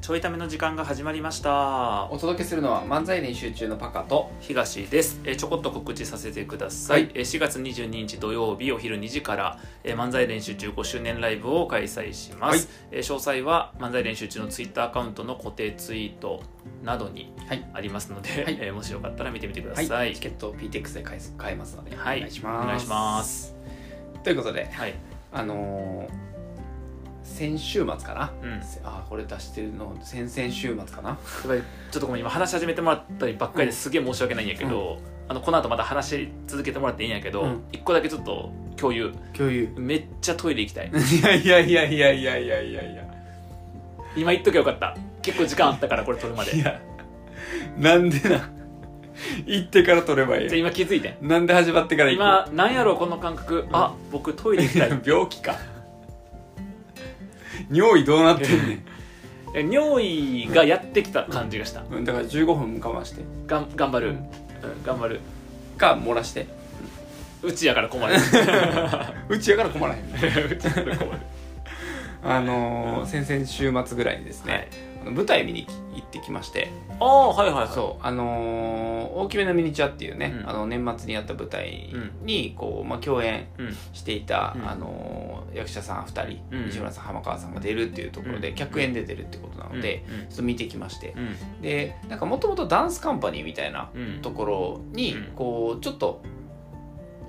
ちょいための時間が始まりましたお届けするのは漫才練習中のパカと東ですえーちょこっと告知させてください、はいえー4月22日土曜日お昼2時から、えー漫才練習中5周年ライブを開催します、えー詳細は漫才練習中のツイッターアカウントの固定ツイートなどにはいありますので、はいえーもしよかったら見てみてくださ、はいい、はいチケットを PTX で買えす買えますので、はいお願いしますお願いしますということではいあのー先週末かな、うんせあーこれ出してるの先々週末かなやばいちょっとごめん今話し始めてもらったりばっかりですげえ申し訳ないんやけど、あのこの後また話し続けてもらっていいんやけど、うん一個だけちょっと共有共有めっちゃトイレ行きたいいやいやいやいやいやいやいやいや今言っときゃよかった結構時間あったからこれ撮るまでいじゃやなんでな行ってから取ればあいいよ今気づいてんなんで始まってから行く今なんやろうこの感覚、あ僕トイレ行きたい 病気か尿意どうなってんねえ尿意がやってきた感じがしたんうんだから15分我慢してがん頑張る、うんうん頑張るか漏らして うちやから困るうちやから困らへんうちやから困るあのー先々週末ぐらいにですね、はいあの舞台見に行ってきましてああはいはいはいそうあのー大きめのミニチュアっていうね、うんあの年末にやった舞台にこう、まあ、共演うんしていた、うんあのー役者さん2人、うん西村さん浜川さんが出るっていうところうでん客演で出るってことなので、ちょっと見てきましてうんうんでなんかもともとダンスカンパニーみたいなうんうんところに、うんこうちょっと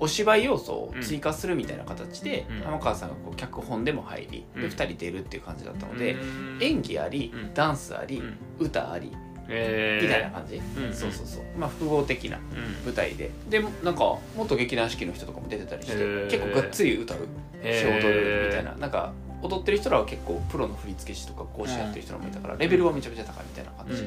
お芝居要素を追加するみたいな形で、うん浜川さんがこう脚本でも入り、うでん2人出るっていう感じだったのうで、ん演技あり、うんダンスあり、うん歌ありえーみたいな感じ、うんそうそうそうまあ複合的なうん舞台ででなんか元劇団四季の人とかも出てたりして、へー結構がっつり歌う仕事るみたいななんか踊ってる人らは結構プロの振付師とか講師やってる人らもいたから、レベルはめちゃめちゃ高いみたいな感うんうんじ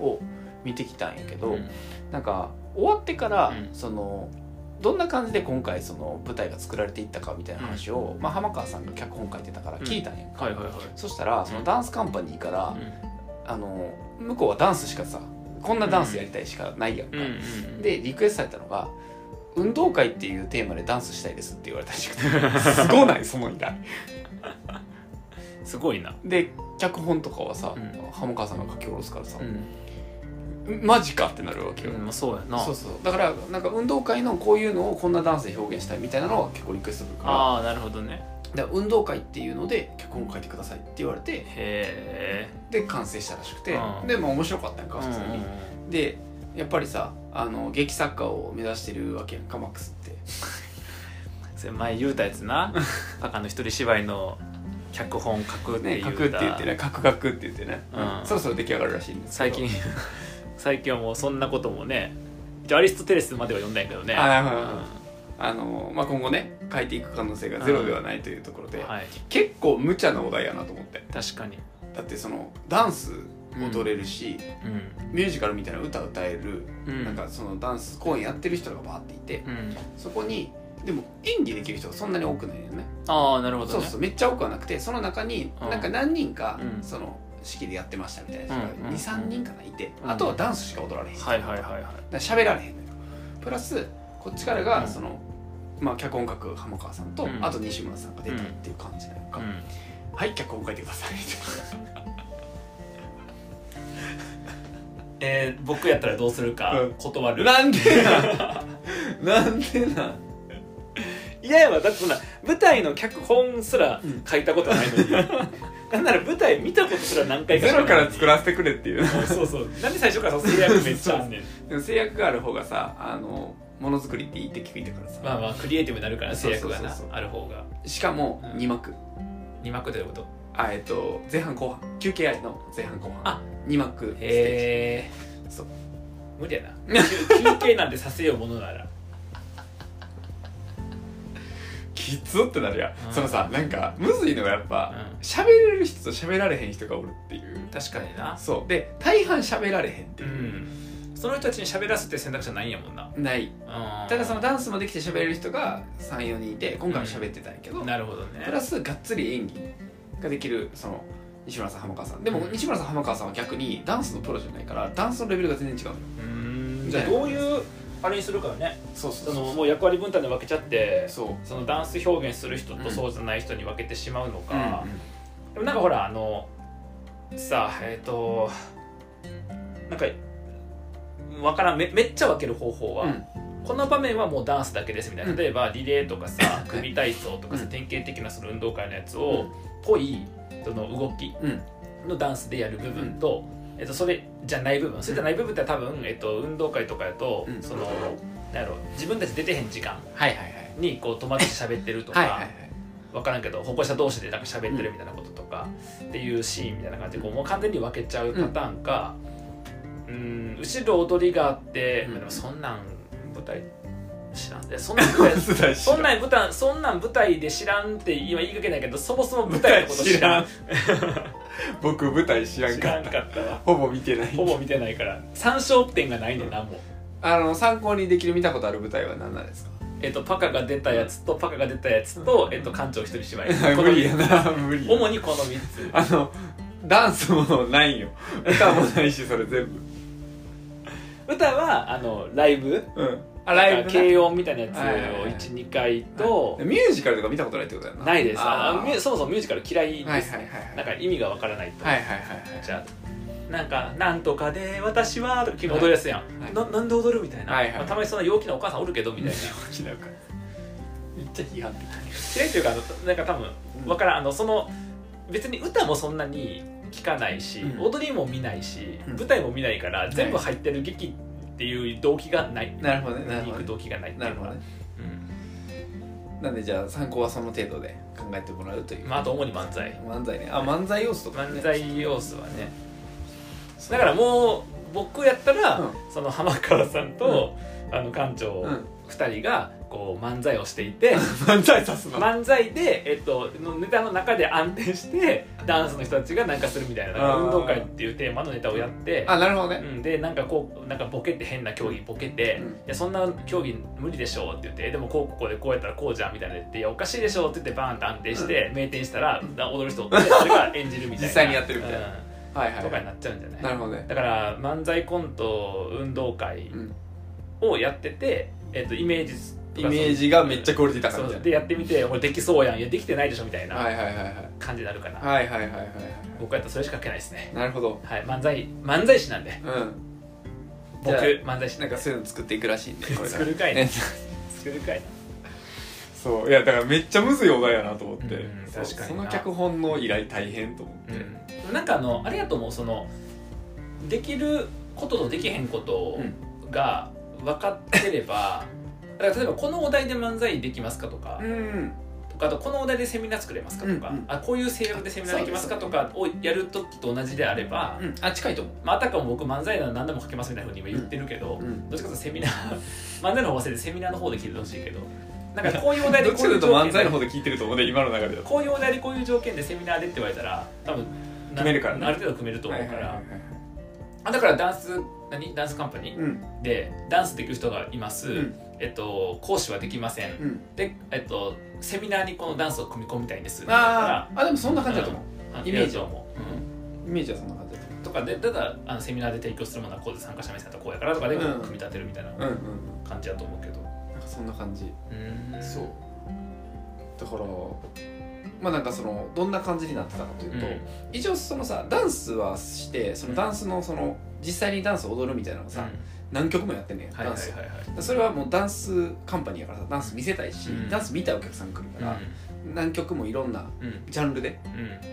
を見てきたんやけど、うんなんか終わってから、うんそのどんな感じで今回その舞台が作られていったかみたいな話を、まあ、浜川さんが脚本書いてたから聞いたんやんか、はいはいはいそしたらそのダンスカンパニーから、うあの向こうはダンスしかさこんなダンスやりたいしかないやんか、んうんうんでリクエストされたのが「運動会っていうテーマでダンスしたいです」って言われた らしくてすごないその依頼すごいなで脚本とかはさ、うん浜川さんが書き下ろすからさ、んマジかってなるわけよ、まあそうやなそうそうだからなんか運動会のこういうのをこんなダンスで表現したいみたいなのは結構リクエストするかああなるほどねらだから運動会っていうので脚本を書いてくださいって言われてへえで完成したらしくて、うんでまあ面白かったんか普通に、でやっぱりさあの劇作家を目指してるわけやんかマックスってそれ前言うたやつ なパカの一人芝居の脚本書くってね言書うくってた言ってね書く書くって言ってね、うんそろそろ出来上がるらしいんです最けど近 最近はもうそんなこともね一応アリストテレスまでは読んだんやけどねあなるほどうんあの、まあ、今後ね書いていく可能性がゼロではないというところで、はい結構無茶なお題やなと思って確かにだってそのダンス踊れるし、うんミュージカルみたいな歌歌える、うんなんかそのダンス公演やってる人がバーっていて、うんそこにでも演技できる人がそんなに多くないよねああなるほそどうねそうめっちゃ多くはなくてその中にうんなんか何人か、うんその式でやってましたみたいな人がうんうん23人かないて、うんあとはダンスしか踊られへん、だかはいはいはいはいら喋られへんのよプラスこっちからがうんその、まあ、脚本書く浜川さんと、うんあと西村さんが出たっていう感じなのか、うんはい脚本書いてくださいみえー僕やったらどうするかうん断 たいるななんで ななんでないやいやわだってそんな舞台の脚本すら書いたことないのに、 なんなら舞台見たことすら何回かゼロから作ららせてくれっていうそうそうなんで最初からそう制約めっちゃあんねんでも制約がある方がさあのものづくりっていいって聞いたからさ、まあまあクリエイティブになるから制約がなそうそうそうそうある方がしかもうん2幕、 2幕でいうことあえっと前半後半休憩ありの前半後あ半2幕ステへえそう無理やな休 休憩なんてさせようものならージきつってなるや、うんん、そのさなんかむずいのがやっぱうん喋、れる人と喋られへん人がおるっていう確かになそうで大半喋られへんってういう、んその人たちに喋らすって選択肢はないんやもんなないうんただそのダンスもできて喋れる人が34人いて今回は喋ってたんやけど、なるほどねプラスがっつり演技ができるその西村さん浜川さんでもうん西村さん浜川さんは逆にダンスのプロじゃないからダンスのレベルが全然違うのようんじゃあどういうあれにするかよねそうそそのもう役割分担で分けちゃってそうそのダンス表現する人うとんそうじゃない人に分けてしまうのうんか、でもなんかほらあのさあえっ、となんかわからんめめっちゃ分ける方法は、うんこの場面はもうダンスだけですみたいなうん例えばリレーとかさい組体操とかさうん典型的なその運動会のやつうをんぽいその動きうんのダンスでやる部分と、えっと、それじゃない部分それじゃない部分って多分、えっと、運動会とかやと、うんそのなんやろ自分たち出てへん時間はいはいはいにこう友達と喋ってるとか、はいはいはい分からんけど歩行者同士でなんか喋ってるみたいなこととか、っていうシーンみたいな感じでこうもう完全に分けちゃうパターンか、うん、後ろ踊りがあって、うんまあでもそんなん舞台知らんでそんなん舞 台そんなん舞台そんなん舞台で知らんって今言いかけないけどそもそも舞台のこと知 らん僕舞台知らん知からっんたかったわほぼ見てないほぼ見てないから参照点がないねんなもうあの参考にできる見たことある舞台は何なんですかえっとパカが出たやつとパカが出たやつと、えっと館長一人芝居こ 無の理や三つな無理や主にこの3つあのダンスもないよ歌もないしそれ全部歌はあのライブうんあライブな軽音みたいなやつをはいはいはい12回とミュージカルとか見たことないってことやなないですああのミュそもそもミュージカル嫌いーはでいはいすはいはいなんか意味がわからないとはいはいはいじゃあなんか「なんとかで私は」とか君踊りやすいやん、はいななんで踊るみたいな、はいはいまあたまにそんな陽気なお母さんおるけどみたいななかめっちゃ批判的嫌いというかあのなんか多分わからんあのその別に歌もそんなに聞かないし、うん踊りも見ないし、うん舞台も見ないから全部入ってる劇っていう動機がない、なるほどね見なるに行ほくど動機がないってないるうのほはどねうんなんでじゃあ参考はその程度で考えてもらうという、まああと主に漫才漫才ねあ漫才要素とか、ね、漫才要素はねだからもう僕やったら、うんその浜川さんと、あの館長うん2人がこう漫才をしていて 漫才さすの漫才で、えっと、のネタの中で安定してダンスの人たちがなんかするみたいななんかあー運動会っていうテーマのネタをやって。あなるほどうね、ん、でなんかこうなんかボケて変な競技ボケて、うんいやそんな競技無理でしょうって言ってえでもこうここでこうやったらこうじゃんみたいなの言っていやおかしいでしょうって言ってバーンって安定して、名店したらな踊る人おってそれが演じるみたいな実際にやってるみたいなはいうんはいとかはにいなっちゃうんじゃないなるほどねだから漫才コント運動会うんをやってて、えっとイメージとイかメージがめっちゃクオリティ高いそみうたそいうでやってみて俺できそうやんいやできてないでしょみたいなはないはいはいはい感じになるかな、はいはいはいはいは僕やったらそれしか書けないですねいなるほどはい漫才漫才師なんでうん僕じゃあ漫才師ななんんでかそういうの作っていくらしいんで これから作るかいなね作るかいなそういやだからめっちゃむずいお題やなと思って、うんそう確かにそなの脚本の依頼大変と思って、うん、なんかあのあれやと思うそのできることとできへんことが分かってれば、 だから例えばこのお題で漫才できますかとか、うんとかあとこのお題でセミナー作れますかとか、うんうんあこういう制約でセミナーできますかとかをやるときと同じであれば、うんあ近いと思まあ、あたかも僕漫才なら何でも書けますみたいなふうに今言ってるけど、う、うんどっちかというとセミナー 漫才の方忘れてセミナーの方で聞いてほしいけどなんかこういうお題でどっこうちかといいううと条漫件才での方で聞いてると思うね今の流れだとこういうお題でこういう条件でセミナーでって言われたら多分な組めるからねある程度組めると思うから、はいはいはいはいあだからダンス何ダンスカンパニーうんでダンスできる人がいます、うんえっと、講師はできません、うんで、えっと、セミナーにこのダンスを組み込みたいんですだかあーあでもそんな感じだと思う、らイメージをもう、うんイメージはそんな感じだととかでただあのセミナーで提供するものはこうで参加者目線だとこうやからとかでこううん組み立てるみたいな思ううん感じだと思うけど、うんなんかそんな感じうんそうだからまあなんかそのどんな感じになってたかというと、うん一応そのさダンスはしてそのダンスのその実際にダンスを踊るみたいなのがさ、何曲もやってんねんはいはダンいスを、はいはいそれはもうダンスカンパニーやからさダンス見せたいし、うんダンス見たいお客さん来るから、何曲もいろんなうんうんジャンルで、うん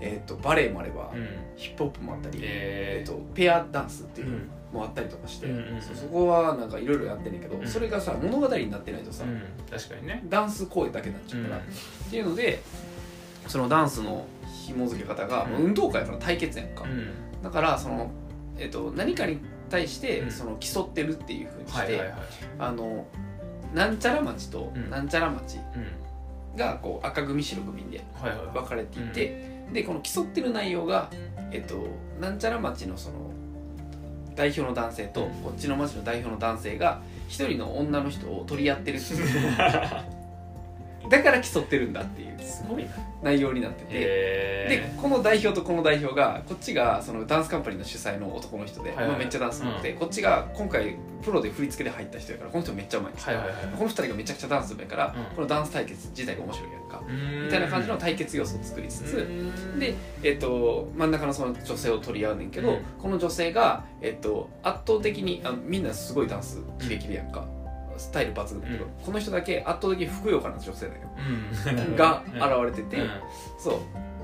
えー、とバレエもあれば、うんヒップホップもあったり、ええーーとペアダンスっていううのんもあったりとかして、うんうんうんそうそこはなんかいろいろやってんねんけど、うんそれがさ物語になってないとさ、うん確かにねダンス公演だけになっちゃうから、っていうのでそのダンスの紐付け方が、うんもう運動会から対決やんか、うんだからその、えっと何かに対して、うんその競ってるっていうふうにして、はいはいはいあのなんちゃら町とうんなんちゃら町うんがこう赤組白組ではいはいはい分かれていて、でこの競ってる内容が、えっとなんちゃら町のその代表の男性と、うんこっちの町の代表の男性が一人の女の人を取り合ってるっていう だから競ってるんだっていうすごいな内容になってて、でへこの代表とこの代表がこっちがそのダンスカンパニーの主催の男の人で、はいはいまあ、めっちゃダンス上手くて、こっちが今回プロで振り付けで入った人やからこの人めっちゃうまいんですーはよ、いはいはいこの二人がめちゃくちゃダンス上手いから、うんこのダンス対決自体が面白いやんか、みみたいな感じの対決要素を作りつつ、で、えっと真ん中のその女性を取り合うねんけど、うんこの女性が、えっと圧倒的にあみんなすごいダンスキレキレやんか、スタイル抜群だけど、うんこの人だけ圧倒的にふくよかな女性だよ、うんがっ現れてて、そ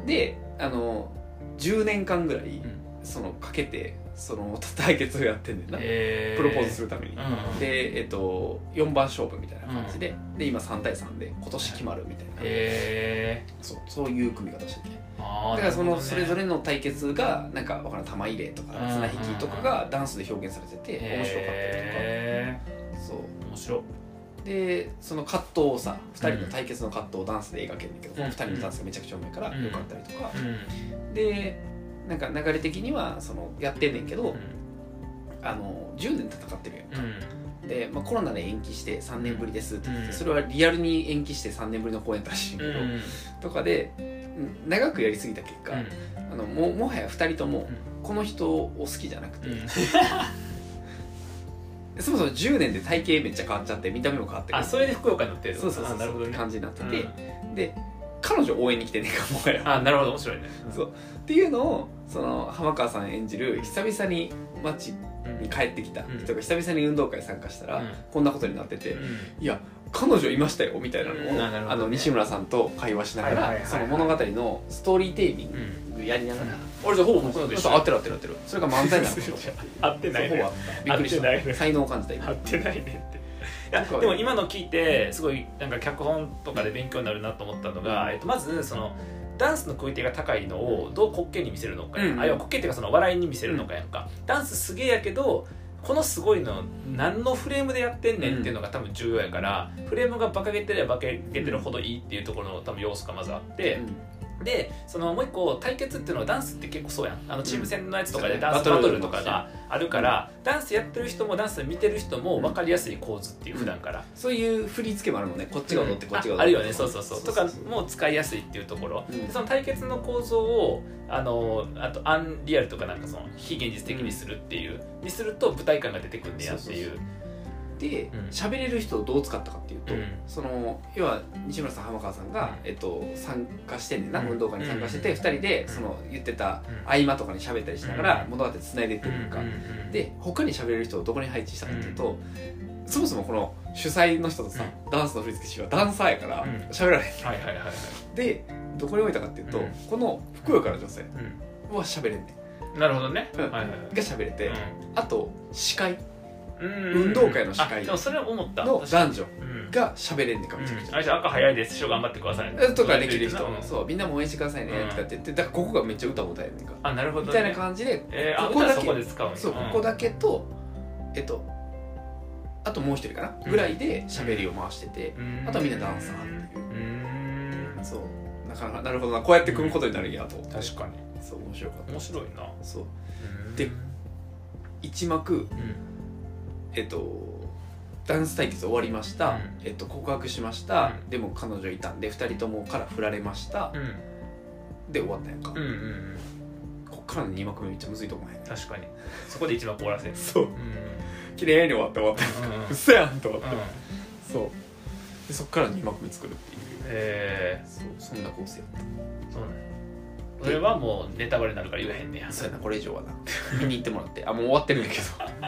うであの10年間ぐらい、んそのかけてその対決をやってんねんな、えプロポーズするるために。うんでえっと、4番勝負みたいな感じで,、で今3対3で今年決まるみたいな、えそうそういう組み方しててーあだーからそのそれぞれれの対決がなんかわからん玉入れとかうん綱引きとかがダンスで表現されてて面白かっえたりとかそー面白いうでその葛藤をさ2人の対決の葛藤をダンスで描けるんだけど、んこの2人のダンスがめちゃくちゃうまいからうんよかったりとか、うでなんか流れ的にはそのやってんねんけど、んあの10年戦ってるやんうか、んで、まあ、コロナで延期して3年ぶりですって言ってて、うんそれはリアルに延期して3年ぶりの公演らしいんだうけど、んとかでうん長くやりすぎた結果、あのもうもはや2人ともこの人を好きじゃなくて、うんそもそも10年で体型めっちゃ変わっちゃって見た目も変わってくるあそれで福岡になってるそうそうそうあなるほどってね感じになってうてん、で彼女応援に来てんねえかもはやあなるほど面白いねそうっていうのをその浜川さん演じる久々に街うんに帰ってきたうん人が久々に運動会参加したら、うんこんなことになってて、うんいや彼女いましたよみたいなのを、うんあなるほどねあの西村さんと会話しながら、はいはいはいはいその物語のストーリーテイリングやりながら、うんあれじゃあほぼ僕のと一緒あ合ってる合ってる合ってるそれが漫才 なんですよ合ってないねそうほぼ合ったびっくりし合ってないねた才能を感じた今合ってないねっていなやんかでも今の聞いてすごいなんか脚本とかで勉強になるなと思ったのが、えっと、まずそのダンスのクオリティが高いのをどう滑稽に見せるのかや、うんあるいは滑稽っていうかその笑いに見せるのかやんか、ダンスすげえやけどこのすごいの何のフレームでやってんねんっていうのが多分重要やから、フレームがバカげてればバカげてるほどいいっていうところの多分要素がまずあって、でそのもう一個対決っていうのはダンスって結構そうやんあのチーム戦のやつとかうでんダンスババトトルルとかがあるから、ダンスやってる人もダンス見てる人も分かりやすい構図っていう普段から、そういう振り付けもあるもんねこっちが踊ってこっちが踊ってああるよねそうそうそうとかそうも使いやすいっていうところ、うんでその対決の構造をあのあとアンリアルとかなんかその非現実的にするっていう、にすると舞台感が出てくるんねやっていうそうでうん喋れる人をどう使ったかっていうと、うんその要は西村さん浜川さんが、うんえっと、参加してんねんな、うん運動会に参加してて、うん二人でんその言ってたうん合間とかに喋ったりしながらうん物語つないでいってるか、で他に喋れる人をどこに配置したかっていうと、そもそもこの主催の人とさ、ダンスの振り付け師はダンサーやからうん喋られへん、はいはいはいはい、でどこに置いたかっていうと、うんこのふくよかな女性は喋れんねんうん、なるほどね、うんはいはいが喋れて、はいあと司会うん運動会の司会あでもそれは思ったの確か男女にうんが喋れんねんかめちゃくちあれじゃ赤早いです師匠頑張ってくださいねゃ、とかできる人、うんそうみんなも応援してくださいねうんとかって言ってだからここがめっちゃ歌を歌えんねんか、あなるほど、ね、みたいな感じで、えー、あここ歌はだけそこで使うんやそうこんこだけとえっとあともう一人かな、うんぐらいで喋りを回してて、うんあとはみんなダンサーっていううんそうなかなかなるほどなこうやって組むことになるんやと思って、確かにそう面白かった面白いなそううんで一幕うんえっとダンス対決終わりましうた、んえっと、告白しました、うんでも彼女いたんで2人ともから振られました、うんで終わったやんか、うんうんこっからの2幕目めっちゃむずいと思うへんうん確かにそこで一番凍らせるそううんう綺麗に終わった終わったんうん嘘やんと思って、うんそうでそっから2幕目作るっていうえそうそんな構成やっー、そうなんやそれはもうネタバレになるから言えへんねやたそうやなこれ以上はな見に行ってもらってあもう終わってるん やけど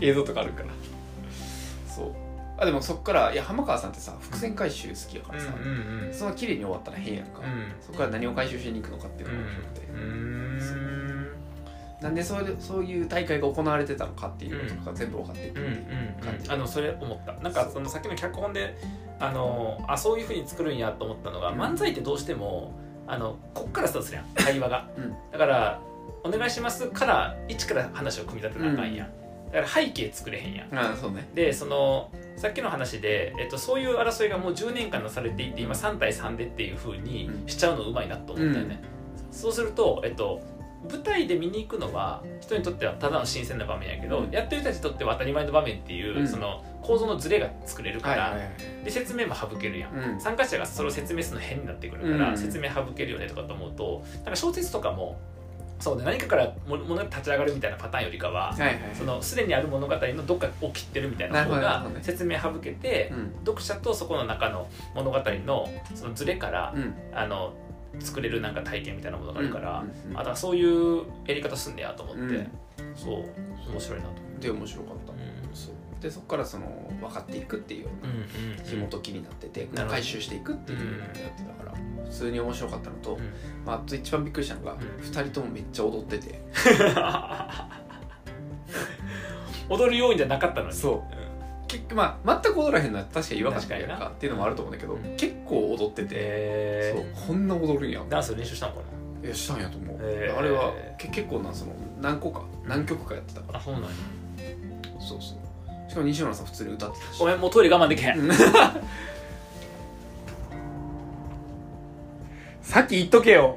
映像とかあるからそうあでもそっからいや浜川さんってさ伏線回収好きやからさ、うんうんそんな綺麗に終わったら変やんか、うんそこから何を回収しに行くのかっていううのんが面白くて、うんなんでそういうそういう大会が行われてたのかっていうこととか全部分かっていくうんっうてんいうう、感んじあのそれ思ったなんかそのさっきの脚本であのあそういうふうに作るんやと思ったのが、うん漫才ってどうしてもあのこっからスタートするやん会話が、うんだから「お願いします」から一から話を組み立てなあかんやん、だから背景作れへんやんああそうねでそのさっきの話で、えっと、そういう争いがもう10年間なされていて今3対3でっていうふうにしちゃうのうまいなと思ったよね、そうすると、えっと、舞台で見に行くのは人にとってはただの新鮮な場面やけど、うんやってる人たちにとっては当たり前の場面っていう、うんその構造のズレが作れるから、はいはいはいで説明も省けるやん、うん参加者がそれを説明するの変になってくるから、うん説明省けるよねとかと思うとなんか小説とかもそうね何かからも物が立ち上がるみたいなパターンよりかは、はいはいそのすでにある物語のどっかを切ってるみたいな方なるほどなるがほどね説明省けて、うん読者とそこの中の物語のそのズレから、うんあの作れるなんか体験みたいなものがあるから、うんうんうんあだからそういうやり方すんねやと思って、うんそう面白いなと思で面白かったうんそうでそこからその分かっていくっていうよううなんうん紐解きになってて、なるほど回収していくっていうのをやってたから、普通に面白かったのと、うん まあ、あと一番びっくりしたのが、ん二2人ともめっちゃ踊ってて踊るようじゃなかったのにそ結局まあ全く踊らへんのは確かに違和感しかやる確かにかっていうのもあると思うんだけど、うん結構踊ってて、えーそうこんな踊るんやダンス練習したのかないやしたんやと思う、へーあれはけ結構なその何個か何曲かやってたからあそうなんやそうそうしかも西村さん普通に歌ってたしごめんもうトイレ我慢できへんうんさっき言っとけよ